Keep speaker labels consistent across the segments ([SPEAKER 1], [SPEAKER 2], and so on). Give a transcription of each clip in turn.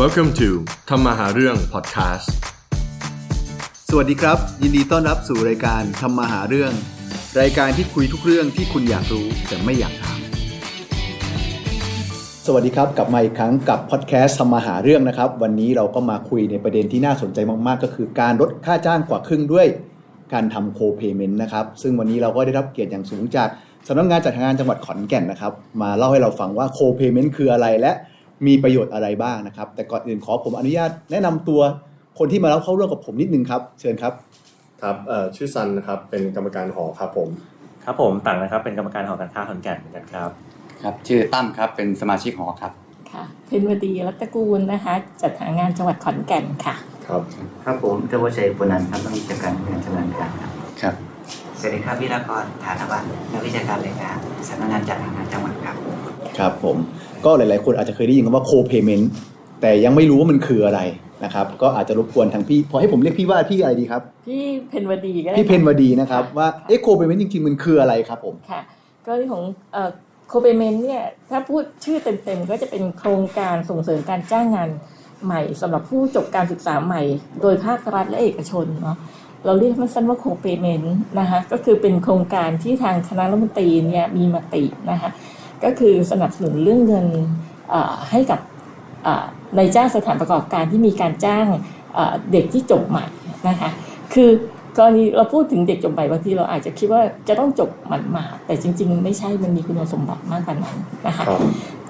[SPEAKER 1] Welcome to ทำมาหาเรื่อง podcast
[SPEAKER 2] สวัสดีครับ ยินดีต้อนรับสู่รายการทำมาหาเรื่อง รายการที่คุยทุกเรื่องที่คุณอยากรู้แต่ไม่อยากถามสวัสดีครับกลับมาอีกครั้งกับพอดแคสต์ทำมาหาเรื่องนะครับ วันนี้เราก็มาคุยในประเด็นที่น่าสนใจมาก ๆ ก็คือการลดค่าจ้างกว่าครึ่งด้วย การทำโคเพเมนต์นะครับ ซึ่งวันนี้เราก็ได้รับเกียรติอย่างสูงจากสำนักงานจัดหางานจังหวัดขอนแก่นนะครับ มาเล่าให้เราฟังว่าโคเพเมนต์คืออะไรและมีประโยชน์อะไรบ้างนะครับ แต่ก่อนอื่นขอผมอนุญาตแนะนำตัวคนที่มารับเข้าร่วมกับผมนิดนึงครับ เชิญครับ
[SPEAKER 3] ครับเอ่อชื่อซันนะครับ เป็นกรรมการหอครับผม
[SPEAKER 4] ครับผมต่างนะครับเป็นกรรมการหอการค้าขอนแก่นเหมือนกันครับ
[SPEAKER 5] ครับชื่อตั้มครับเป็นสมาชิกหอครับ
[SPEAKER 6] ค่ะเพนวดีรัตตกูลนะคะ จัดหางานจังหวัดขอนแก่นค่ะ
[SPEAKER 3] ครับ
[SPEAKER 7] ครับผมเทวชัยปุณันท์ครับนักวิชาการงานชำนาญการครับ
[SPEAKER 5] ครับ
[SPEAKER 7] สวัสดีครับวิรากรฐานวัฒน์นักวิชาการแรงงานสำนักงานจัดหางานจังหวัดครับ
[SPEAKER 2] ครับผมก็หลาย ๆ คนอาจจะเคยได้ยินคำว่า co-payment แต่ยังไม่รู้ว่ามันคืออะไรนะครับก็อาจจะรบกวนทางพี่ พอให้ผมเรียกพี่ว่าพี่อะไรดีครับ
[SPEAKER 6] พี่เพนวดีก็ได้
[SPEAKER 2] พี่เพนวดีนะครับว่าเอ็กโคเปเมนต์จริง ๆ มันคืออะไรครับผม
[SPEAKER 6] ค่ะ ก็เรื่องของโคเปเมนเนี่ยถ้าพูดชื่อเต็มๆ ก็จะเป็นโครงการส่งเสริมการจ้างงานใหม่สำหรับผู้จบการศึกษาใหม่ โดยภาครัฐและเอกชนเนาะเราเรียกสั้นๆว่าโคเปเมนนะคะก็คือเป็นโครงการที่ทางคณะรัฐมนตรีเนี่ยมีมตินะคะก็คือสนับสนุนเรื่องเงินเอ่อให้กับ เอ่อในจ้างสถานประกอบการที่มีการจ้างเอ่อเด็กที่จบใหม่นะคะคือกรณีเราพูดถึงเด็กจบใหม่บางทีเราอาจจะคิดว่าจะต้องจบหมันมาดๆแต่จริง ๆ ไม่ใช่มันมีคุณสมบัติมากกว่านั้นนะคะ
[SPEAKER 3] ครับ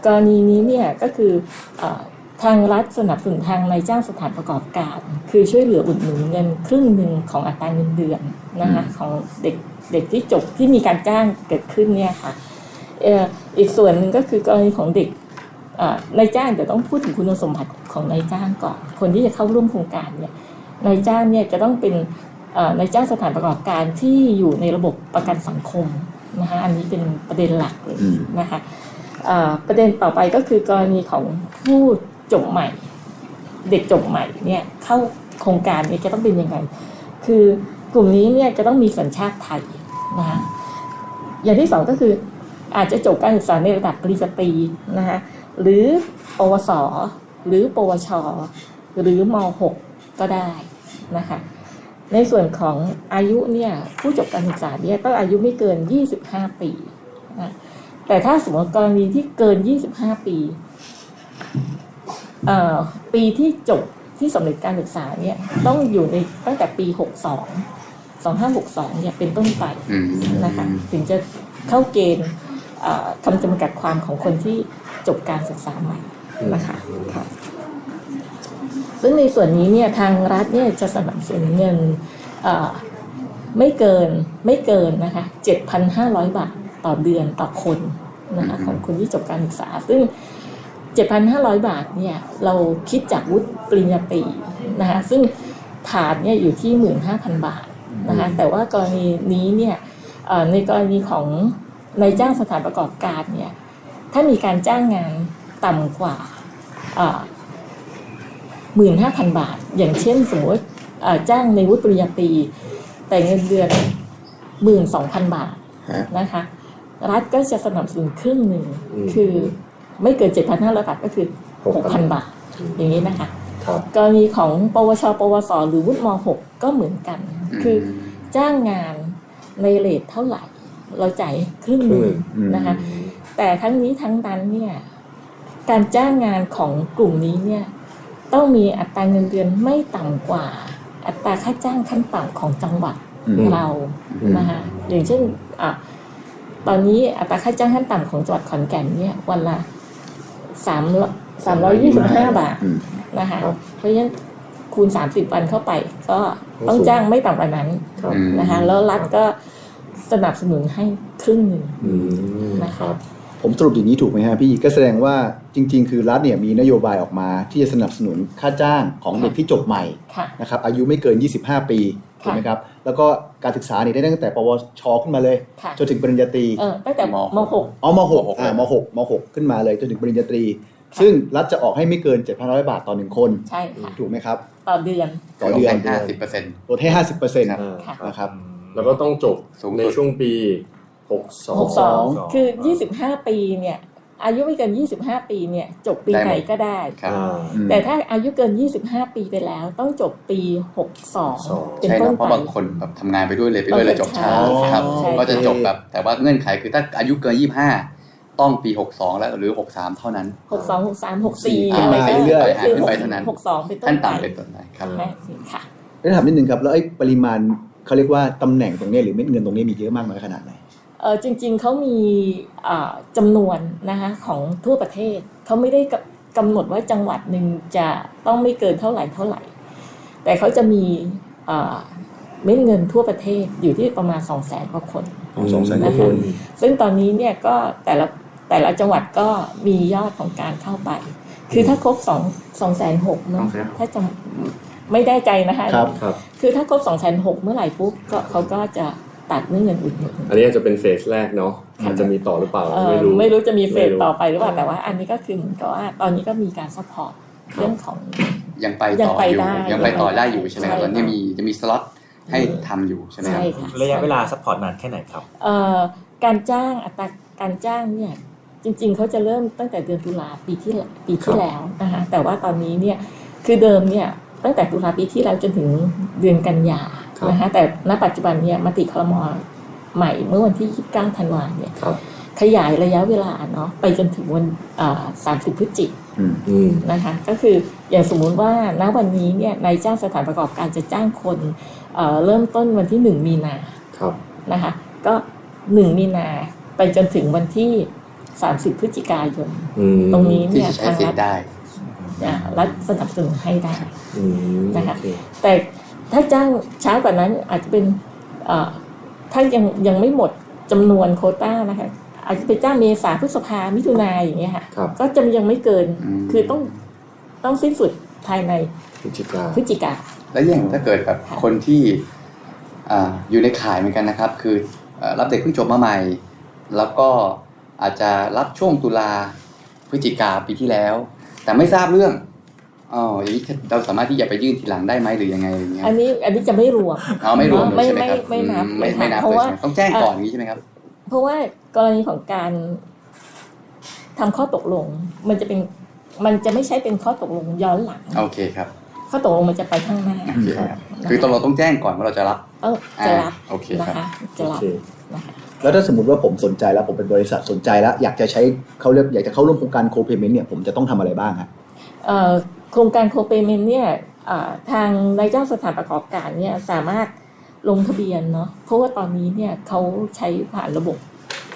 [SPEAKER 6] กรณีนี้เนี่ยก็คือเออทางรัฐสนับสนุนทางนายจ้างสถานประกอบการ คือช่วยเหลืออุดหนุนเงินครึ่งหนึ่งของอัตราเงินเดือนนะคะของเด็กเด็กที่จบที่มีการจ้างเกิดขึ้นเนี่ยค่ะเอ่ออีกส่วนหนึ่งก็คือกรณีของเด็กเอ่อนายจ้างแต่ต้องพูดถึงคุณสมบัติของนายจ้างก่อนคนที่จะเข้าร่วมโครงการเนี่ยนายจ้างเนี่ยจะต้องเป็นเอ่อนายจ้างสถานประกอบการที่อยู่ในระบบประกันสังคมนะคะอันนี้เป็นประเด็นหลักเลย
[SPEAKER 2] อืม
[SPEAKER 6] นะคะ เอ่อประเด็นต่อไปก็คือกรณีของผู้จบใหม่ เด็กจบใหม่เนี่ยเข้าโครงการเนี่ยจะต้องเป็นยังไง คือกลุ่มนี้เนี่ยจะต้องมีสัญชาติไทยนะคะอย่างที่สองก็คืออาจจะจบการศึกษาในระดับปริญญาตรีนะคะหรือปวส หรือปวช หรือม .6 ก็ได้นะคะในส่วนของอายุเนี่ยผู้จบการศึกษาเนี่ยต้องอายุไม่เกิน 25 ปีนะ แต่ถ้าสมมติกรณีที่เกิน 25 ปีเอ่อปีที่จบที่สำเร็จการศึกษาเนี่ยต้องอยู่ในตั้งแต่ปี 62 2562 เนี่ยเป็นต้นไป
[SPEAKER 5] อืม
[SPEAKER 6] นะคะถึงจะเข้าเกณฑ์เอ่อคำจำกัดความของคนที่จบการศึกษาใหม่นะคะค่ะ ซึ่งในส่วนนี้เนี่ยทางรัฐเนี่ยจะสนับสนุนเงินเอ่อไม่เกินไม่เกินนะคะ7,500 บาทต่อเดือนต่อคนนะคะของคนที่จบการศึกษา ซึ่ง 7,500 บาทเนี่ยเราคิดจากวุฒิปริญญาตรีนะคะซึ่งฐานเนี่ยอยู่ที่ 15,000 บาทนะคะแต่ว่ากรณีนี้เนี่ยเอ่อในกรณีของนายจ้างสถานประกอบการเนี่ยถ้ามีการจ้างงานต่ำกว่าเอ่อ หมื่นห้าพันบาท อย่างเช่นสมมติเอ่อจ้างในวุฒิปริญญาตรีแต่เงินเดือนหมื่นสองพันบาท
[SPEAKER 2] ฮะ
[SPEAKER 6] นะคะ รัฐก็จะสนับสนุนครึ่งหนึ่ง
[SPEAKER 3] อืม
[SPEAKER 6] คือไม่เกินเจ็ดพันห้าร้อยบาทก็คือหกพัน
[SPEAKER 3] 6,000
[SPEAKER 6] บาท อย่างนี้นะคะ
[SPEAKER 3] ครับ
[SPEAKER 6] กรณีของปวช ปวส หรือวุฒิม .6 ก็เหมือนกัน คือจ้างงานในเลทเท่าไหร่ เราจ่ายครึ่งหนึ่ง
[SPEAKER 2] ครึ่งหนึ่ง
[SPEAKER 6] นะคะ แต่ทั้งนี้ทั้งนั้นเนี่ยการจ้างงานของกลุ่มนี้เนี่ยต้องมีอัตราเงินเดือนไม่ต่ำกว่า อัตราค่าจ้างขั้นต่ำของจังหวัด
[SPEAKER 2] อืม
[SPEAKER 6] เรานะคะอย่างเช่นอ่ะตอนนี้อัตราค่าจ้างขั้นต่ำของจังหวัดขอนแก่นเนี่ยวันละสามสามร้อยยี่สิบห้าบาท
[SPEAKER 2] อืม
[SPEAKER 6] นะคะ
[SPEAKER 3] ครับ
[SPEAKER 6] เพราะฉะนั้นคูณ 30 วันเข้าไป ก็ต้อง
[SPEAKER 3] สูง
[SPEAKER 6] จ้างไม่ต่ำกว่านั้น
[SPEAKER 3] ครับ
[SPEAKER 5] อืม
[SPEAKER 6] นะคะแล้วรัฐก็สนับสนุนให้ครึ่งหนึ่ง
[SPEAKER 3] อืม
[SPEAKER 6] นะ
[SPEAKER 3] ครั
[SPEAKER 6] คะ
[SPEAKER 3] บ
[SPEAKER 2] ผมสรุปอย่างนี้ถูกไหมฮะพี่ก็แสดงว่าจริง ๆ คือรัฐเนี่ยมีนโยบายออกมาที่จะสนับสนุนค่าจ้างของเด็กที่จบใหม่
[SPEAKER 6] ค่ะ
[SPEAKER 2] นะครับอายุไม่เกิน 25 ปีถูกไหมครับ แล้วก็การศึกษาเนี่ยได้ตั้งแต่ปวช ขึ้นมาเลย
[SPEAKER 6] ค่ะ
[SPEAKER 2] จนถึงปริญญาตรี
[SPEAKER 6] เออตั้งแต่
[SPEAKER 5] ม
[SPEAKER 6] มหก
[SPEAKER 2] อ๋อมหก
[SPEAKER 5] มหก
[SPEAKER 2] อ่ามหกมหกขึ้นมาเลยจนถึงปริญญาตรี ซึ่งรัฐจะออกให้ไม่เกิน 7,500 บาทต่อหนึ่งคน
[SPEAKER 6] ใช่ค่ะ
[SPEAKER 2] ถูกไหมครับ
[SPEAKER 6] ต่อเดือน
[SPEAKER 2] ต่อเดือน
[SPEAKER 5] ห้าสิบเปอร์เซ็นต์
[SPEAKER 2] ลดให้ 50เปอร์เซ็นต์
[SPEAKER 3] อ่า
[SPEAKER 6] ค่ะ
[SPEAKER 2] นะครับ
[SPEAKER 3] แล้วก็ต้องจบ
[SPEAKER 5] สูงสุด
[SPEAKER 3] ในช่วงปี
[SPEAKER 6] หกสอง
[SPEAKER 3] 62
[SPEAKER 6] คือ 25 ปีเนี่ย อายุไม่เกิน 25 ปีเนี่ยจบปี
[SPEAKER 5] ได้หมด
[SPEAKER 6] ไหนก็ได้
[SPEAKER 5] ครับ
[SPEAKER 3] อ่า
[SPEAKER 2] อืม
[SPEAKER 6] แต่ถ้าอายุเกิน 25 ปีไปแล้ว ต้องจบปี 62
[SPEAKER 3] 62
[SPEAKER 6] เป็น
[SPEAKER 5] ใช่
[SPEAKER 6] ต้
[SPEAKER 5] คน รับเพราะ
[SPEAKER 6] ไป
[SPEAKER 5] บางคนแบบทำงานไปด้วยเลยไปด้วยเลยจบช้า
[SPEAKER 2] อ๋อ
[SPEAKER 5] ครับ
[SPEAKER 2] ใช่
[SPEAKER 5] ก็จะจบแบบแต่ว่าเงื่อนไขคือถ้าอายุเกิน 25 ต้องปี 62 แล้วหรือ 63 เท่านั้น
[SPEAKER 6] 62 63 64
[SPEAKER 5] อ่า
[SPEAKER 6] อะไรก็
[SPEAKER 2] เรื่อย
[SPEAKER 5] ๆ
[SPEAKER 6] คือ
[SPEAKER 5] ขึ้นไปเท่านั้น
[SPEAKER 6] 62เป็นต้
[SPEAKER 5] ขั้
[SPEAKER 6] น
[SPEAKER 5] นต่ำ
[SPEAKER 6] ไป
[SPEAKER 5] เป็นต้นไปครับ
[SPEAKER 6] ใช่ค่ะ
[SPEAKER 2] แล้วถามนิดนึงครับแล้วไอ้ปริมาณเขาเรียกว่าตำแหน่งตรงเนี้ยหรือเม็ดเงินตรงเนี้ยมีเยอะมากน้อยขนาดไหน
[SPEAKER 6] เออจริงๆเขามีเอ่อจำนวนนะคะของทั่วประเทศเขาไม่ได้กำกำหนดว่าจังหวัดหนึ่งจะต้องไม่เกินเท่าไหร่เท่าไหร่ แต่เขาจะมีเอ่อเม็ดเงินทั่วประเทศอยู่ที่ประมาณ 2 0 0แสนกว่าคน
[SPEAKER 2] สองแสนกว่าคน
[SPEAKER 6] ซึ่งตอนนี้เนี่ยก็แต่ละแต่ละจังหวัดก็มียอดของการเข้าไป คือถ้าครบ2 2 6 0 0 0เนาะ
[SPEAKER 7] 260,000
[SPEAKER 6] ถ้าจำไม่ได้ใจนะคะ
[SPEAKER 2] ครับ
[SPEAKER 3] ครับ
[SPEAKER 6] คือถ้าครบ 2 6 0 0 0เมื่อไหร่ปุ๊บก็เขาก็จะตัดเรื่องเงินอุดหนุน
[SPEAKER 3] อันนี้อาจจะเป็นเฟสแรกเนาะอาจจะมีต่อหรือเปล่า
[SPEAKER 6] เอ่อ
[SPEAKER 3] ไม่รู้
[SPEAKER 6] ไม่รู้จะมีเฟสต่อไปหรือเปล่า
[SPEAKER 3] ไม่รู้
[SPEAKER 6] แต่ว่าอันนี้ก็คือเหมือนกับว่าตอนนี้ก็มีการซัพพอร์ตเรื่องของ
[SPEAKER 5] ยังไป
[SPEAKER 6] ยั
[SPEAKER 5] ต่
[SPEAKER 6] ง
[SPEAKER 5] อ
[SPEAKER 6] ไป
[SPEAKER 5] อยู่
[SPEAKER 6] ได้
[SPEAKER 5] ยังไปต่อได้อยู่ใช่ไหมครับ
[SPEAKER 6] ใช่
[SPEAKER 5] ตอนนี้มีจะมีสล็อตให้
[SPEAKER 6] อืม
[SPEAKER 5] ทำอยู่ใช่ไหมค
[SPEAKER 6] ใช่
[SPEAKER 5] รับ
[SPEAKER 6] ค่ะ
[SPEAKER 4] ระยะเวลาซัพพอร์ตนานแค่ไหนครับ
[SPEAKER 6] เอ่อการจ้างอัตราการจ้างเนี่ยจริงๆเขาจะเริ่มตั้งแต่เดือนตุลาปีที่แล้วปีที่แล้วนะคะแต่ว่าตอนนี้เนี่ยคือเดิมเนี่ยตั้งแต่ตุลาปีที่แล้วจนถึงเดือนกันยา
[SPEAKER 3] ครับ
[SPEAKER 6] นะคะแต่ณปัจจุบันเนี่ยมติครมใหม่เมื่อวันที่ 29ธันวาเนี่ย
[SPEAKER 3] ครับ
[SPEAKER 6] ขยายระยะเวลาเนาะไปจนถึงวันเอ่อ30พฤศจิ
[SPEAKER 2] อืม
[SPEAKER 3] อืม
[SPEAKER 6] นะคะก็คืออย่างสมมุติว่าณวันนี้เนี่ยนายจ้างสถานประกอบการจะจ้างคนเอ่อเริ่มต้นวันที่ 1 มีนา
[SPEAKER 3] ครับ
[SPEAKER 6] นะคะก็ 1 มีนาไปจนถึงวันที่ 30 พฤศจิกายน
[SPEAKER 3] อืม
[SPEAKER 6] ตรงนี้
[SPEAKER 5] ที่
[SPEAKER 6] เนี่ย
[SPEAKER 5] จะใช้
[SPEAKER 6] ทาง
[SPEAKER 5] สิท
[SPEAKER 6] รัฐ
[SPEAKER 5] ธิ์ได้
[SPEAKER 6] อ่ารัฐสนับสนุนให้ได้
[SPEAKER 3] อืม
[SPEAKER 6] นะคะ
[SPEAKER 3] โอเ
[SPEAKER 6] แต่ถ้าจ้างช้ากว่านั้นอาจจะเป็นเอ่อถ้ายังยังไม่หมดจำนวนโควต้านะคะอาจจะไปจ้างเมษาพฤษภามิถุนาอย่างเงี้ยค่ะ
[SPEAKER 3] ครับ
[SPEAKER 6] ก็จะยังไม่เกิน
[SPEAKER 5] อืม
[SPEAKER 6] คือต้องต้องสิ้นสุดภายใน
[SPEAKER 3] พฤศจิกา
[SPEAKER 6] พฤศจิกา
[SPEAKER 5] แล้วอย่างถ้าเกิดแบบคนที่อ่าอยู่ในข่ายเหมือนกันนะครับ คือเอ่อรับเด็กเพิ่งจบมาใหม่ แล้วก็อาจจะรับช่วงตุลาพฤศจิกาปีที่แล้ว แต่ไม่ทราบเรื่องอ๋ออย่างนี้เราสามารถที่จะไปยื่นทีหลังได้ไหมหรือยังไงอย่างเงี้ย
[SPEAKER 6] อันนี้อันนี้จะไม่รวม
[SPEAKER 5] เอาไม่รวมเลย
[SPEAKER 6] ไม่
[SPEAKER 5] ใช่ไหมครับ
[SPEAKER 6] ไม่ไม่นับ
[SPEAKER 5] อืไม่
[SPEAKER 6] ไม่
[SPEAKER 5] ไม่
[SPEAKER 6] นั
[SPEAKER 5] นั
[SPEAKER 6] บบ เพ
[SPEAKER 5] เล
[SPEAKER 6] ราะ
[SPEAKER 5] ย
[SPEAKER 6] ว่า
[SPEAKER 5] ใช่ไหมต้องแจ้งก่อนอย่างนี้ใช่ไหมครับ
[SPEAKER 6] เพราะว่ากรณีของการทำข้อตกลง มันจะเป็นมันจะไม่ใช่เป็นข้อตกลงย้อนหลัง
[SPEAKER 5] โอเคครับ
[SPEAKER 6] ข้อตกลงมันจะไปข้างหน้า
[SPEAKER 5] โอเคครับคือตอนเราต้องแจ้งก่อนว่าเราจะรับ
[SPEAKER 6] ต้อง
[SPEAKER 5] อ่า
[SPEAKER 6] จะรับ
[SPEAKER 5] โอเค
[SPEAKER 6] นะครับ คะจะ
[SPEAKER 3] โอ
[SPEAKER 6] รับ
[SPEAKER 3] เค
[SPEAKER 6] นะคะ
[SPEAKER 2] แล้วถ้าสมมติว่าผมสนใจแล้วผมเป็นบริษัทสนใจแล้ว อยากจะใช้เขาเรียกอยากจะเข้าร่วมโครงการโคเ a เมนต์เนี่ยผมจะต้องทำอะไรบ้างฮะ
[SPEAKER 6] เอ่อโครงการโคเปเมนเนี่ยเอ่อทางนายจ้างสถานประกอบการเนี่ยสามารถลงทะเบียนเนาะเพราะว่าตอนนี้เนี่ยเขาใช้ผ่านระบบ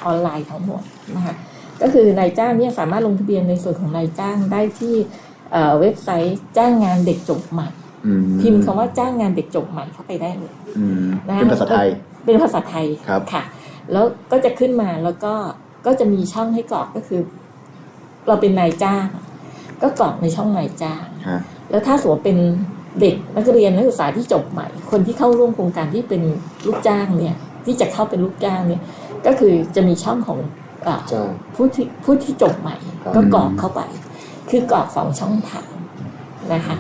[SPEAKER 6] ออนไลน์ทั้งหมดนะคะก็คือนายจ้างเนี่ยสามารถลงทะเบียนในส่วนของนายจ้างได้ที่เอ่อเว็บไซต์จ้างงานเด็กจบใหม่
[SPEAKER 2] อื
[SPEAKER 6] พิมพ์คำว่าจ้างงานเด็กจบใหม่เข้าไปได้เลย
[SPEAKER 2] อืม
[SPEAKER 6] นะ
[SPEAKER 2] เป็นภาษาไทย
[SPEAKER 6] เป็นภาษาไทย
[SPEAKER 2] ครับ
[SPEAKER 6] ค่ะ แล้วก็จะขึ้นมาแล้วก็ก็จะมีช่องให้กรอกก็คือ เราเป็นนายจ้าง ก็กรอกในช่องนายจ้าง
[SPEAKER 2] ฮะ
[SPEAKER 6] แล้วถ้าสมมติเป็นเด็กนักเรียนนักศึกษาที่จบใหม่ คนที่เข้าร่วมโครงการที่เป็นลูกจ้างเนี่ย ที่จะเข้าเป็นลูกจ้างเนี่ย ก็คือจะมีช่องของอา
[SPEAKER 3] ใช่
[SPEAKER 6] ผู้ที่ผู้ที่จบใหม่
[SPEAKER 3] ครับ
[SPEAKER 6] ก็กรอกเข้าไป คือกรอกสองช่องทางนะคะ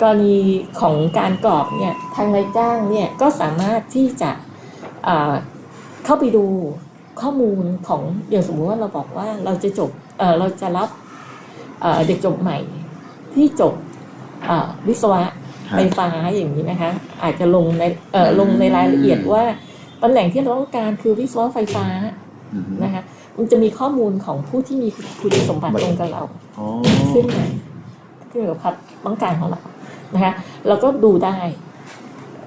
[SPEAKER 6] กรณีของการกรอกเนี่ยทางนายจ้างเนี่ยก็สามารถที่จะอ่าเข้าไปดูข้อมูลของอย่างสมมุติว่าเราบอกว่าเราจะจบเอ่อเราจะรับเอ่อเด็กจบใหม่ที่จบเอ่อวิศวะ
[SPEAKER 2] ฮะ
[SPEAKER 6] ไฟฟ้าอย่างนี้นะคะอาจจะลงในเอ่ออ
[SPEAKER 5] ม
[SPEAKER 6] ลงในรายละเอียดว่าตำแหน่งที่เราต้องการคือวิศวะไฟฟ้า
[SPEAKER 2] อืม
[SPEAKER 6] นะคะมันจะมีข้อมูลของผู้ที่มีคุณสมบัติตรงกับเรา
[SPEAKER 2] อ๋อ
[SPEAKER 6] ขึ้นมาขึ้นอยู่กับความต้องการของเรานะคะแล้วก็ดูได้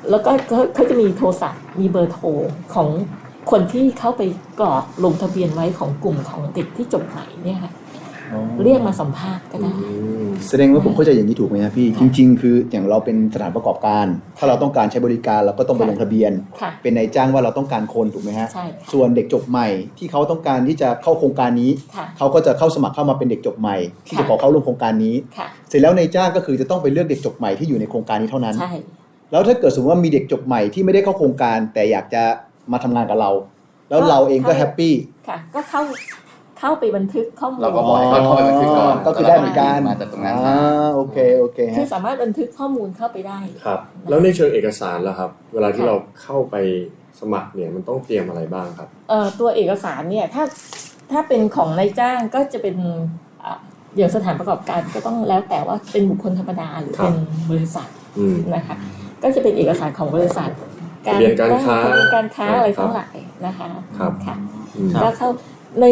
[SPEAKER 6] แล้วก็เขาเขาจะมีโทรศัพท์มีเบอร์โทรของคนที่เข้าไปกรอกลงทะเบียนไว้ของกลุ่มของเด็กที่จบใหม่เนี่ยค่ะ
[SPEAKER 2] อ๋อ
[SPEAKER 6] เรียกมาสัมภาษณ์ก็
[SPEAKER 3] อื
[SPEAKER 6] ได้
[SPEAKER 3] ม
[SPEAKER 2] แสดงว่าผมเข้าใจอย่างนี้ถูกไหมฮะพี่ จริง ๆ คืออย่างเราเป็นสถานประกอบการ ถ้าเราต้องการใช้บริการเราก็ต้องไป
[SPEAKER 6] ค่ะ
[SPEAKER 2] ลงทะเบียน
[SPEAKER 6] ค่ะ
[SPEAKER 2] เป็นนายจ้างว่าเราต้องการคนถูกไหมฮะ
[SPEAKER 6] ใช่ค่ะ
[SPEAKER 2] ส่วนเด็กจบใหม่ที่เขาต้องการที่จะเข้าโครงการนี้
[SPEAKER 6] ค่ะ
[SPEAKER 2] เขาก็จะเข้าสมัครเข้ามาเป็นเด็กจบใหม่ ที่จะ
[SPEAKER 6] ค่ะ
[SPEAKER 2] ขอเข้าร่วมโครงการนี้
[SPEAKER 6] ค่ะ
[SPEAKER 2] เสร็จแล้วนายจ้างก็คือจะต้องไปเลือกเด็กจบใหม่ที่อยู่ในโครงการนี้เท่านั้น
[SPEAKER 6] ใช่
[SPEAKER 2] แล้วถ้าเกิดสมมติว่ามีเด็กจบใหม่ที่ไม่ได้เข้าโครงการ แต่อยากจะมาทำงานกับเรา แล้วเราเองก็แฮปปี้
[SPEAKER 6] ค่ะ ก็เข้าเข้าไปบันทึกข้อมูล
[SPEAKER 5] เราก็บอกให้เขาเข้าไปบันทึกก่อน
[SPEAKER 2] ก็คือได้เหมือนกัน
[SPEAKER 5] มาจากตรงนั้น
[SPEAKER 2] อ่า
[SPEAKER 5] มา
[SPEAKER 2] โอเค โอเค
[SPEAKER 6] คือ
[SPEAKER 2] ฮะ
[SPEAKER 6] สามารถบันทึกข้อมูลเข้าไปได้
[SPEAKER 3] ครับ
[SPEAKER 6] นะ
[SPEAKER 3] แล้วในเชิงเอกสารล่ะครับ เวลาที่เราเข้าไปสมัครเนี่ย มันต้องเตรียมอะไรบ้างครับ
[SPEAKER 6] เอ่อตัวเอกสารเนี่ยถ้า ถ้าเป็นของนายจ้างก็จะเป็นอ่ะเดี๋ยวสถานประกอบการก็ต้องแล้วแต่ว่าเป็นบุคคลธรรมดาหรือ
[SPEAKER 3] ครับ
[SPEAKER 6] เป็นบริษัท
[SPEAKER 3] อืม
[SPEAKER 6] นะคะก็จะเป็นเอกสารของบริษัท
[SPEAKER 3] ทะเบียนการค้า
[SPEAKER 6] ทะเบียนการค้า
[SPEAKER 3] ครับ
[SPEAKER 6] อะไรทั้งหลายนะคะ
[SPEAKER 3] ครับ
[SPEAKER 6] ค่ะ
[SPEAKER 3] อืม
[SPEAKER 4] ครับ
[SPEAKER 6] ก็เข้าใน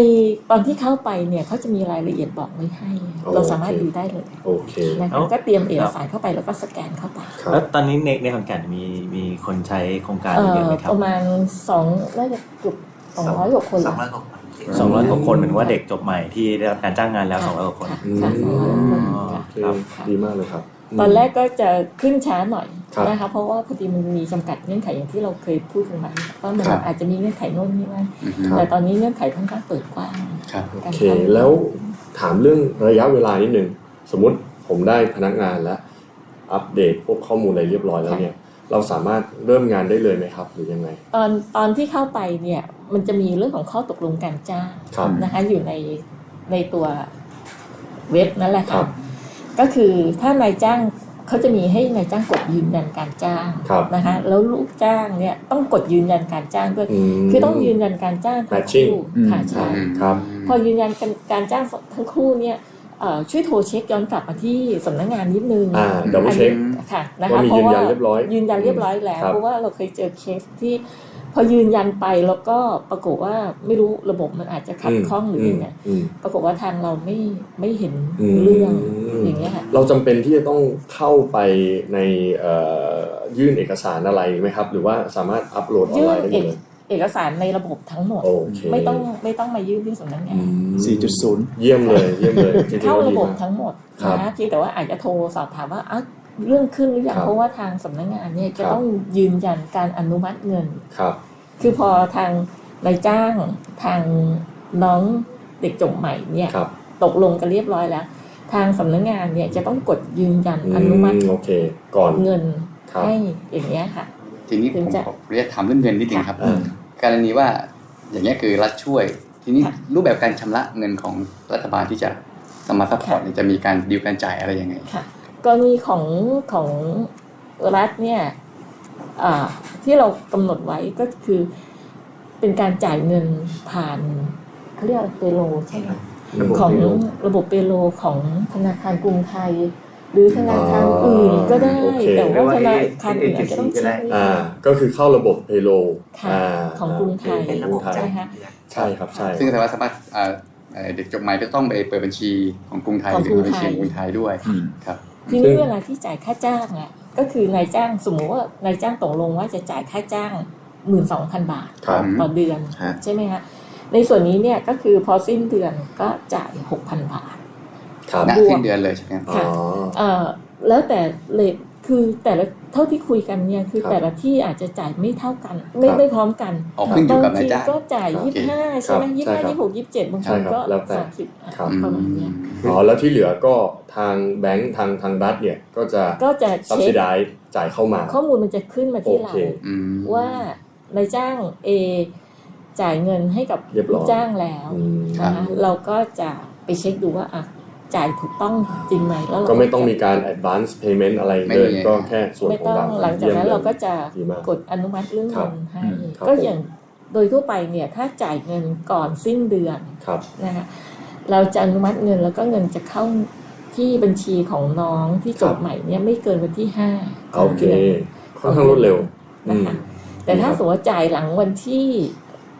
[SPEAKER 6] ตอนที่เข้าไปเนี่ยเขาจะมีรายละเอียดบอกไว้ให้
[SPEAKER 3] โอเค
[SPEAKER 6] เราสามารถดูได้เลย
[SPEAKER 3] โอเค
[SPEAKER 6] นะ
[SPEAKER 4] แล้
[SPEAKER 6] คะ
[SPEAKER 4] ว
[SPEAKER 6] ก็เตรียมเอกสารเข้าไปแล้วก็สแกนเข้าไป
[SPEAKER 3] ครับ
[SPEAKER 4] แล้วตอนนี้ในในขอนแก่นมีมีคนใช้โครงการ
[SPEAKER 6] เอ่
[SPEAKER 4] เยอะ
[SPEAKER 6] อ
[SPEAKER 4] ไหมครับ
[SPEAKER 6] ประมาณสองน่าจะเกือบสองร้อยกว่าคน
[SPEAKER 7] สอ
[SPEAKER 6] ละ
[SPEAKER 7] งร้อยหก
[SPEAKER 4] สองร้อยกว่าคนเหมือนว่า
[SPEAKER 6] ค่ะ
[SPEAKER 4] เด็กจบใหม่ที่ได้รับการจ้างงานแล้วสองร้อยกว่าคน
[SPEAKER 6] ะ
[SPEAKER 3] อืม
[SPEAKER 6] ค่ะ200กว่าคน
[SPEAKER 4] อ๋อ
[SPEAKER 6] ค่ะ
[SPEAKER 3] โอเค
[SPEAKER 4] ครับ
[SPEAKER 3] ดีมากเลยครับ
[SPEAKER 6] ตอนแรกก็จะขึ้นช้าหน่อย
[SPEAKER 3] ครับ
[SPEAKER 6] นะคะเพราะว่าพอดีมันมีจำกัดเงื่อนไขอย่างที่เราเคยพูดกันมาว่ามัน
[SPEAKER 5] ครับ
[SPEAKER 6] อาจจะมีเงื่อนไขโน่นนี่นั่น
[SPEAKER 5] อืม
[SPEAKER 3] ครับ
[SPEAKER 6] แต่ตอนนี้เงื่อนไขค่อนข้างเปิดกว้าง
[SPEAKER 5] ครับ
[SPEAKER 3] โอเค แล้วถามเรื่องระยะเวลานิดหนึ่งสมมติผมได้พนักงานแล้ว อัปเดตพวกข้อมูลอะไรเรียบร้อยแล้วเนี่ย เราสามารถเริ่มงานได้เลยไหมครับ หรือยังไง
[SPEAKER 6] ตอนตอนที่เข้าไปเนี่ยมันจะมีเรื่องของข้อตกลงการจ้าง
[SPEAKER 3] ครับ
[SPEAKER 6] นะคะอยู่ในในตัวเว็บนั่นแหละ
[SPEAKER 3] ครั
[SPEAKER 6] ค่ะ
[SPEAKER 3] บ
[SPEAKER 6] ก็คือถ้านายจ้างเขาจะมีให้นายจ้างกดยืนยันการจ้าง
[SPEAKER 3] ครับ
[SPEAKER 6] นะคะแล้วลูกจ้างเนี่ยต้องกดยืนยันการจ้างด้วย
[SPEAKER 3] ม
[SPEAKER 6] คือต้องยืนยันการจ้างทั้ง
[SPEAKER 3] Matching
[SPEAKER 6] คู่ค่ะ
[SPEAKER 2] อืม
[SPEAKER 6] ใช่
[SPEAKER 3] ครับ
[SPEAKER 6] พอยืนยันกันการจ้างทั้งคู่เนี่ยเอ่อช่วยโทรเช็คย้อนกลับมาที่สำนักงานนิดนึง
[SPEAKER 3] อ่าดับเบิลเช็ค
[SPEAKER 6] ค่ะนะ
[SPEAKER 3] ว่า
[SPEAKER 6] คะ
[SPEAKER 3] มี
[SPEAKER 6] เพราะ
[SPEAKER 3] ยืน
[SPEAKER 6] ว่า
[SPEAKER 3] ยันเรียบร้อย
[SPEAKER 6] ยืนยันเรียบร้อยแล้ว
[SPEAKER 3] ครับ
[SPEAKER 6] เพราะว่าเราเคยเจอเคสที่ พอยืนยันไปแล้วก็ปรากฏว่าไม่รู้ระบบมันอาจจะขัดข้องหรือยังไง
[SPEAKER 3] อืม
[SPEAKER 6] ปรากฏว่าทางเราไม่ไม่เห็น
[SPEAKER 3] อืม
[SPEAKER 6] เรื่องอย่างเงี้ยค่ะ
[SPEAKER 3] เราจำเป็นที่จะต้องเข้าไปในเอ่อยื่นเอกสารอะไรไหมครับ หรือว่าสามารถอัปโหลดออนไลน์ได้หมดเลย
[SPEAKER 6] เอกสารในระบบทั้งหมด
[SPEAKER 3] โอเค
[SPEAKER 6] ไม่ต้องไม่ต้องมายื่นที่สำนักงา
[SPEAKER 3] อื
[SPEAKER 6] น
[SPEAKER 3] ม
[SPEAKER 2] 4.0
[SPEAKER 3] เยี่ยมเลยเยี่ยมเลยจงๆ
[SPEAKER 6] เข้า
[SPEAKER 3] ว่
[SPEAKER 6] ระ
[SPEAKER 3] ดี
[SPEAKER 6] บบ
[SPEAKER 3] มก
[SPEAKER 6] ทั้งหมด
[SPEAKER 3] ครับ
[SPEAKER 6] นะเพียงแต่ว่าอาจจะโทรสอบถามว่าอ่ะเรื่องขึ้นหรือยัง
[SPEAKER 3] ครับ
[SPEAKER 6] เพราะว่าทางสำนักงานเนี่ยจะ
[SPEAKER 3] ครับ
[SPEAKER 6] ต้องยืนยันการอนุมัติเงิน
[SPEAKER 3] ครับ
[SPEAKER 6] คือพอทางนายจ้างทางน้องเด็กจบใหม่เนี่ย
[SPEAKER 3] ครับ
[SPEAKER 6] ตกลงกันเรียบร้อยแล้ว ทางสำนักงานเนี่ยจะต้องกดยืนยัน
[SPEAKER 3] อืม
[SPEAKER 6] อนุมัติ
[SPEAKER 3] โอเค ก่อน
[SPEAKER 6] เงิน
[SPEAKER 3] ครับ
[SPEAKER 6] ให้อย่างเงี้ยค่ะ
[SPEAKER 5] ทีนี้
[SPEAKER 6] ถึ
[SPEAKER 5] ผม
[SPEAKER 6] งจะ
[SPEAKER 5] ขอเรียกถามเรื่องเงินนิดหนึงครับ
[SPEAKER 3] อ่า
[SPEAKER 5] กรณีว่าอย่างนี้ยคือรัฐช่วย ทีนี้
[SPEAKER 6] ค่ะ
[SPEAKER 5] รูปแบบการชำระเงินของรัฐบาลที่จะสมาซัพพอร์ต
[SPEAKER 6] ค่ะ
[SPEAKER 5] เนี่ยจะมีการดีลการจ่ายอะไรยังไง
[SPEAKER 6] กรณีของของรัฐเนี่ยอ่าที่เรากำหนดไว้ก็คือเป็นการจ่ายเงินผ่านเขาเรียกอะไรเปโลใช่ไหม
[SPEAKER 3] ระบบ
[SPEAKER 6] ของ
[SPEAKER 3] เปโล
[SPEAKER 6] ระบบเปโลของธนาคารกรุงไทย หรือธนาคารอื่นก็ได้
[SPEAKER 3] โอเค
[SPEAKER 6] แต่ว่าธนาคารอื่นอาจจะต้องเช็คนิด
[SPEAKER 3] อ่า ก็คือเข้าระบบเพโล
[SPEAKER 6] ค่ะ
[SPEAKER 3] อ่า
[SPEAKER 6] ของกรุงไทย
[SPEAKER 7] เป็นระบบจ่ายเงินเดือน
[SPEAKER 3] ใช่ครับ ใช่
[SPEAKER 5] ซึ่งแปลว่าสามารถอ่าเอ่อเด็กจบใหม่ก็ต้องไปเปิดบัญชีของกรุงไทย
[SPEAKER 6] ขอ
[SPEAKER 5] ห
[SPEAKER 6] ง
[SPEAKER 5] รื
[SPEAKER 6] กรุ
[SPEAKER 5] อง บัญชี
[SPEAKER 6] ไท
[SPEAKER 5] ขอ
[SPEAKER 6] ย
[SPEAKER 5] งกรุงไทยด้วย
[SPEAKER 2] อืม
[SPEAKER 5] ครับ
[SPEAKER 6] ที
[SPEAKER 3] ซึ่
[SPEAKER 6] นี้
[SPEAKER 3] ง
[SPEAKER 6] เวลาที่จ่ายค่าจ้างอ่ะก็คือนายจ้างสมมติว่านายจ้างตกลงว่าจะจ่ายค่าจ้างหมื่นสองพันบาท
[SPEAKER 3] ครับ
[SPEAKER 5] อืม
[SPEAKER 6] ต่อเดือน
[SPEAKER 2] ฮะ
[SPEAKER 6] ใช่ไหมคะในส่วนนี้เนี่ยก็คือพอสิ้นเดือนก็จ่าย 6,000 บาท
[SPEAKER 3] ครับ
[SPEAKER 5] ณ
[SPEAKER 6] บวก
[SPEAKER 5] สิ้นเดือนเลยใช่ไหมครั
[SPEAKER 3] อ๋
[SPEAKER 5] บ
[SPEAKER 3] อ
[SPEAKER 6] เอ่อแล้วแต่เลทคือแต่ละเท่าที่คุยกันเนี่ยคือ
[SPEAKER 3] ครับ
[SPEAKER 6] แต่ละที่อาจจะจ่ายไม่เท่ากัน ไม่
[SPEAKER 3] ครับ
[SPEAKER 6] ไม่พร้อมกัน
[SPEAKER 5] ออกขึ้นอยู่
[SPEAKER 6] บาง
[SPEAKER 5] กับนาย
[SPEAKER 6] ที
[SPEAKER 5] จ้าง
[SPEAKER 6] ก็จ่าย
[SPEAKER 5] โอเค
[SPEAKER 6] ยี่สิบห้าใช่ไหม
[SPEAKER 3] ครับ
[SPEAKER 6] ยี่สิบห้ายี่สิบหกยี่สิบเจ็ดบาง
[SPEAKER 3] ใช่
[SPEAKER 6] คน
[SPEAKER 3] ครับ
[SPEAKER 6] ก็
[SPEAKER 3] แล้วแต่
[SPEAKER 6] สามสิบอ่ะ
[SPEAKER 3] ครับ
[SPEAKER 6] ประมาณเนี้ย
[SPEAKER 3] อ๋อ แล้วที่เหลือก็ทางแบงค์ทางทางรัฐเนี่ย ก็จะ
[SPEAKER 6] ก็จะ
[SPEAKER 3] ซับ
[SPEAKER 6] เช็
[SPEAKER 3] ซิ
[SPEAKER 6] ค
[SPEAKER 3] ได้จ่ายเข้ามา
[SPEAKER 6] ข้อมูลมันจะขึ้นมาที่เรา
[SPEAKER 3] โอเค
[SPEAKER 5] อืม
[SPEAKER 6] ว่านายจ้าง A จ่ายเงินให้กับ
[SPEAKER 3] เรียบร้
[SPEAKER 6] ลู
[SPEAKER 3] อย
[SPEAKER 6] กจ้างแล้ว
[SPEAKER 3] อืม
[SPEAKER 5] ครับ
[SPEAKER 6] นะคะเราก็จะไปเช็คดูว่าอ่ะจ่ายถูกต้องจริงไหมแล้วเรา
[SPEAKER 3] ก็ไม่ต้องมีการ advance payment อะไร
[SPEAKER 5] ไม่
[SPEAKER 3] เลย
[SPEAKER 5] มี
[SPEAKER 3] ก็แค่ส่วน
[SPEAKER 6] ไม่
[SPEAKER 3] ของ
[SPEAKER 6] ต้อง
[SPEAKER 3] เรา
[SPEAKER 6] หลังจากนั้น
[SPEAKER 3] ยี่ยมย
[SPEAKER 6] เราก็จะ
[SPEAKER 3] ดีมาก
[SPEAKER 6] กดอนุมัติเรื่อง
[SPEAKER 3] ครั
[SPEAKER 6] เงิ
[SPEAKER 3] บ
[SPEAKER 6] นให้
[SPEAKER 2] อืม
[SPEAKER 3] ครับ
[SPEAKER 6] ก็
[SPEAKER 3] ผม
[SPEAKER 6] อย่างโดยทั่วไปเนี่ยถ้าจ่ายเงินก่อนสิ้นเดือน
[SPEAKER 3] ครับ
[SPEAKER 6] นะคะเราจะอนุมัติเงินแล้วก็เงินจะเข้าที่บัญชีของน้องที่จ
[SPEAKER 3] ครับ บ
[SPEAKER 6] ใหม่เนี่ยไม่เกินวันที่ห้า
[SPEAKER 3] โอเค ค่อนข้างรวดเร็ว อื
[SPEAKER 6] นะ
[SPEAKER 3] ม
[SPEAKER 6] คะแต่ถ้า
[SPEAKER 3] ครับ
[SPEAKER 6] สมมติว่าจ่ายหลังวันที่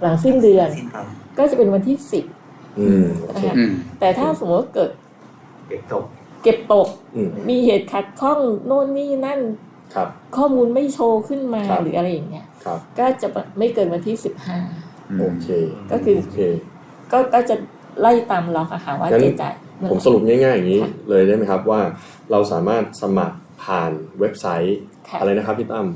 [SPEAKER 6] หลังสิ้นเดือน
[SPEAKER 7] สิ้นเดือน
[SPEAKER 6] ก็จะเป็นวันที่สิบ
[SPEAKER 3] อืม โอเค
[SPEAKER 5] อืม
[SPEAKER 6] แต่ถ้าสมมติว่าเกิด
[SPEAKER 7] เก็บตก
[SPEAKER 6] เก็บตก
[SPEAKER 3] อืม
[SPEAKER 6] มีเหตุขัดข้องโน่นนี่นั่น
[SPEAKER 3] ครับ
[SPEAKER 6] ข้อมูลไม่โชว์ขึ้นมา
[SPEAKER 3] ครับ
[SPEAKER 6] หรืออะไรอย่างเงี้ย
[SPEAKER 3] ครับ
[SPEAKER 6] ก็จะไม่เกินวันที่สิบห้า
[SPEAKER 3] โอเค
[SPEAKER 6] ก็คือ
[SPEAKER 3] โอเค
[SPEAKER 6] ก็ก็จะไล่ตามล็อกอะค่ะว่า
[SPEAKER 3] งั้น
[SPEAKER 6] จะจ่ายเมื่อไห
[SPEAKER 3] ผมสรุปง่ายๆอย่างนี้เลยได้ไหมครับว่าเราสามารถสมัครผ่านเว็บไซต์
[SPEAKER 6] ค่ะ
[SPEAKER 3] อะไรนะครับพี่ตั้ม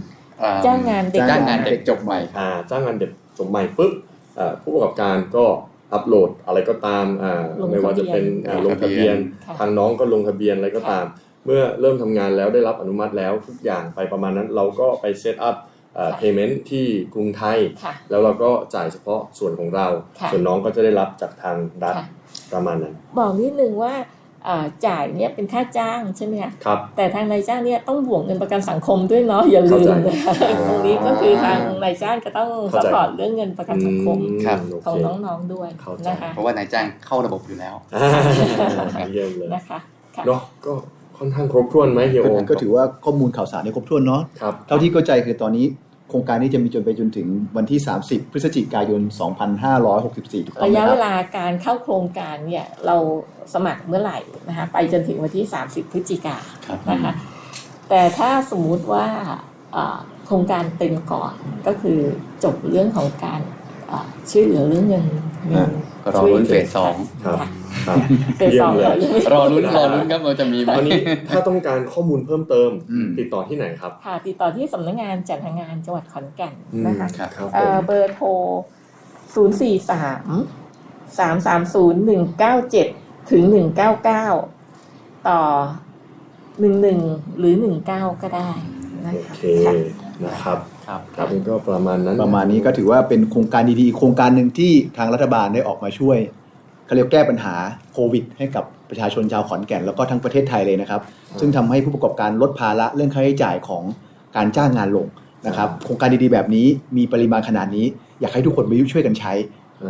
[SPEAKER 5] อ่
[SPEAKER 6] จ้างงานเด็ก
[SPEAKER 5] จ้างงานเด็กจบใหม่ครับ
[SPEAKER 3] อ่าจ้างงานเด็กจบใหม่ปุ๊บเอ่อผู้ประกอบการก็อัปโหลดอะไรก็ตามอ่า
[SPEAKER 6] ลงทะเบียน
[SPEAKER 3] ไม่ว่าจะเป็นอ่าลงทะเบียน
[SPEAKER 6] ค่ะ
[SPEAKER 3] ทางน้องก็ลงทะเบียนอะไรก็ตาม เมื่อเริ่มทำงานแล้วได้รับอนุมัติแล้วทุกอย่างไปประมาณนั้น เราก็ไปเซตอัพเอ่อ payment ที่กรุงไทย
[SPEAKER 6] ค่ะ
[SPEAKER 3] แล้วเราก็จ่ายเฉพาะส่วนของเรา
[SPEAKER 6] ค่ะ
[SPEAKER 3] ส่วนน้องก็จะได้รับจากทางรัฐ
[SPEAKER 6] ค่ะ
[SPEAKER 3] ประมาณนั้น
[SPEAKER 6] บอกนิดนึงว่า เอ่อจ่ายเนี่ยเป็นค่าจ้างใช่ไหมคะ
[SPEAKER 3] ครับ
[SPEAKER 6] แต่ทางนายจ้างเนี่ยต้องบวกเงินประกันสังคมด้วยเนาะอย่าลืมนะ
[SPEAKER 3] เข้าใจ
[SPEAKER 6] ตรงนี้ก็คือทางนายจ้างก็ต้องส
[SPEAKER 3] เข้าใจ
[SPEAKER 6] ปอร์ตเรื่องเงินประกันสังคม
[SPEAKER 5] ครับ
[SPEAKER 3] โอ
[SPEAKER 6] ของ
[SPEAKER 3] เค
[SPEAKER 6] น้องๆด้วย
[SPEAKER 3] เข้าใจ
[SPEAKER 6] นะคะ
[SPEAKER 5] เพราะว่านายจ้างเข้าระบบอยู่แล้ว
[SPEAKER 3] อ่าเยี่ยมเลย
[SPEAKER 6] นะคะค่ะ
[SPEAKER 3] เนาะก็ค่อนข้างครบถ้วนไหมเฮียโอม
[SPEAKER 2] ก็ถือว่าข้อมูลข่าวสารเนี่ยครบถ้วนเนาะ
[SPEAKER 3] ครับ
[SPEAKER 2] เท่าที่เข้าใจคือตอนนี้โครงการนี้จะมีจนไปจนถึงวันที่ 30 พฤศจิกายน 2564 ถูกต้อง
[SPEAKER 6] ระ
[SPEAKER 2] ไหม
[SPEAKER 6] ยะ
[SPEAKER 2] ค
[SPEAKER 6] เว
[SPEAKER 2] รับ
[SPEAKER 6] ลาการเข้าโครงการเนี่ยเราสมัครเมื่อไหร่นะคะไปจนถึงวันที่ 30 พฤศจิกา
[SPEAKER 5] ครับ
[SPEAKER 6] นะคะแต่ถ้าสมมุติว่าเอ่อโครงการเต็มก่อนก็คือจบเรื่องของการเอ่อช่วยเหลือเรื่องเงินเงิน
[SPEAKER 5] ก็รอลุ้นเฟสสอง
[SPEAKER 3] ครับ
[SPEAKER 6] ค่ะ
[SPEAKER 3] ครับ
[SPEAKER 6] เฟสสอง
[SPEAKER 3] เยี่ยมเลย
[SPEAKER 6] เรายังไม่
[SPEAKER 5] รอลุ้นรอลุ้นครับเราจะมีไหม
[SPEAKER 3] ตอนนี้ถ้าต้องการข้อมูลเพิ่มเติม
[SPEAKER 5] อืม
[SPEAKER 3] ติดต่อที่ไหนครับ
[SPEAKER 6] ค่ะติดต่อที่สำนักงานจัดหางานจังหวัดขอนแก่นนะคะ
[SPEAKER 5] ครับ
[SPEAKER 3] ครับผ
[SPEAKER 6] เอ่
[SPEAKER 3] ม
[SPEAKER 6] อเบอร์โทร 0 4 3 3 3 0 1 9 7 ถึง 199 ต่อ 11 หรือ 19 ก็ได้นะ
[SPEAKER 3] โอ
[SPEAKER 6] คะ
[SPEAKER 3] เค
[SPEAKER 6] ค่ะ
[SPEAKER 3] นะครับ
[SPEAKER 4] ครับ
[SPEAKER 3] ครับนี่ก็ประมาณนั้น
[SPEAKER 2] ประมาณนี้ก็ถือว่าเป็นโครงการดีๆ โครงการหนึ่งที่ทางรัฐบาลได้ออกมาช่วยเขาเรียกแก้ปัญหาโควิด ให้กับประชาชนชาวขอนแก่นแล้วก็ทั้งประเทศไทยเลยนะครับ ซึ่งทำให้ผู้ประกอบการลดภาระเรื่องค่าใช้จ่ายของการจ้างงานลงนะครับ โครงการดีๆแบบนี้มีปริมาณขนาดนี้ อยากให้ทุกคนไปช่วยกันใช้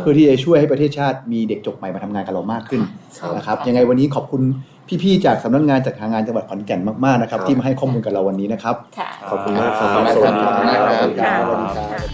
[SPEAKER 3] า
[SPEAKER 2] เพื่อที่จะช่วยให้ประเทศชาติมีเด็กจบใหม่มาทำงานกับเรามากขึ้น
[SPEAKER 3] ครับ
[SPEAKER 2] นะครับยังไงวันนี้ขอบคุณพี่ ๆ จากสำนักงานจัดหางานจังหวัดขอนแก่นมาก ๆ นะครับ
[SPEAKER 3] ครับ
[SPEAKER 2] ที่มาให้ข้อมูลกับเราวันนี้นะครับ
[SPEAKER 6] ค่ะ
[SPEAKER 3] ขอบคุณมากครับ
[SPEAKER 5] ขอบคุณมากครับ
[SPEAKER 3] สวัสดีครับ
[SPEAKER 6] ขอบคุณค
[SPEAKER 2] ส
[SPEAKER 6] รับ
[SPEAKER 2] วัสดีครับ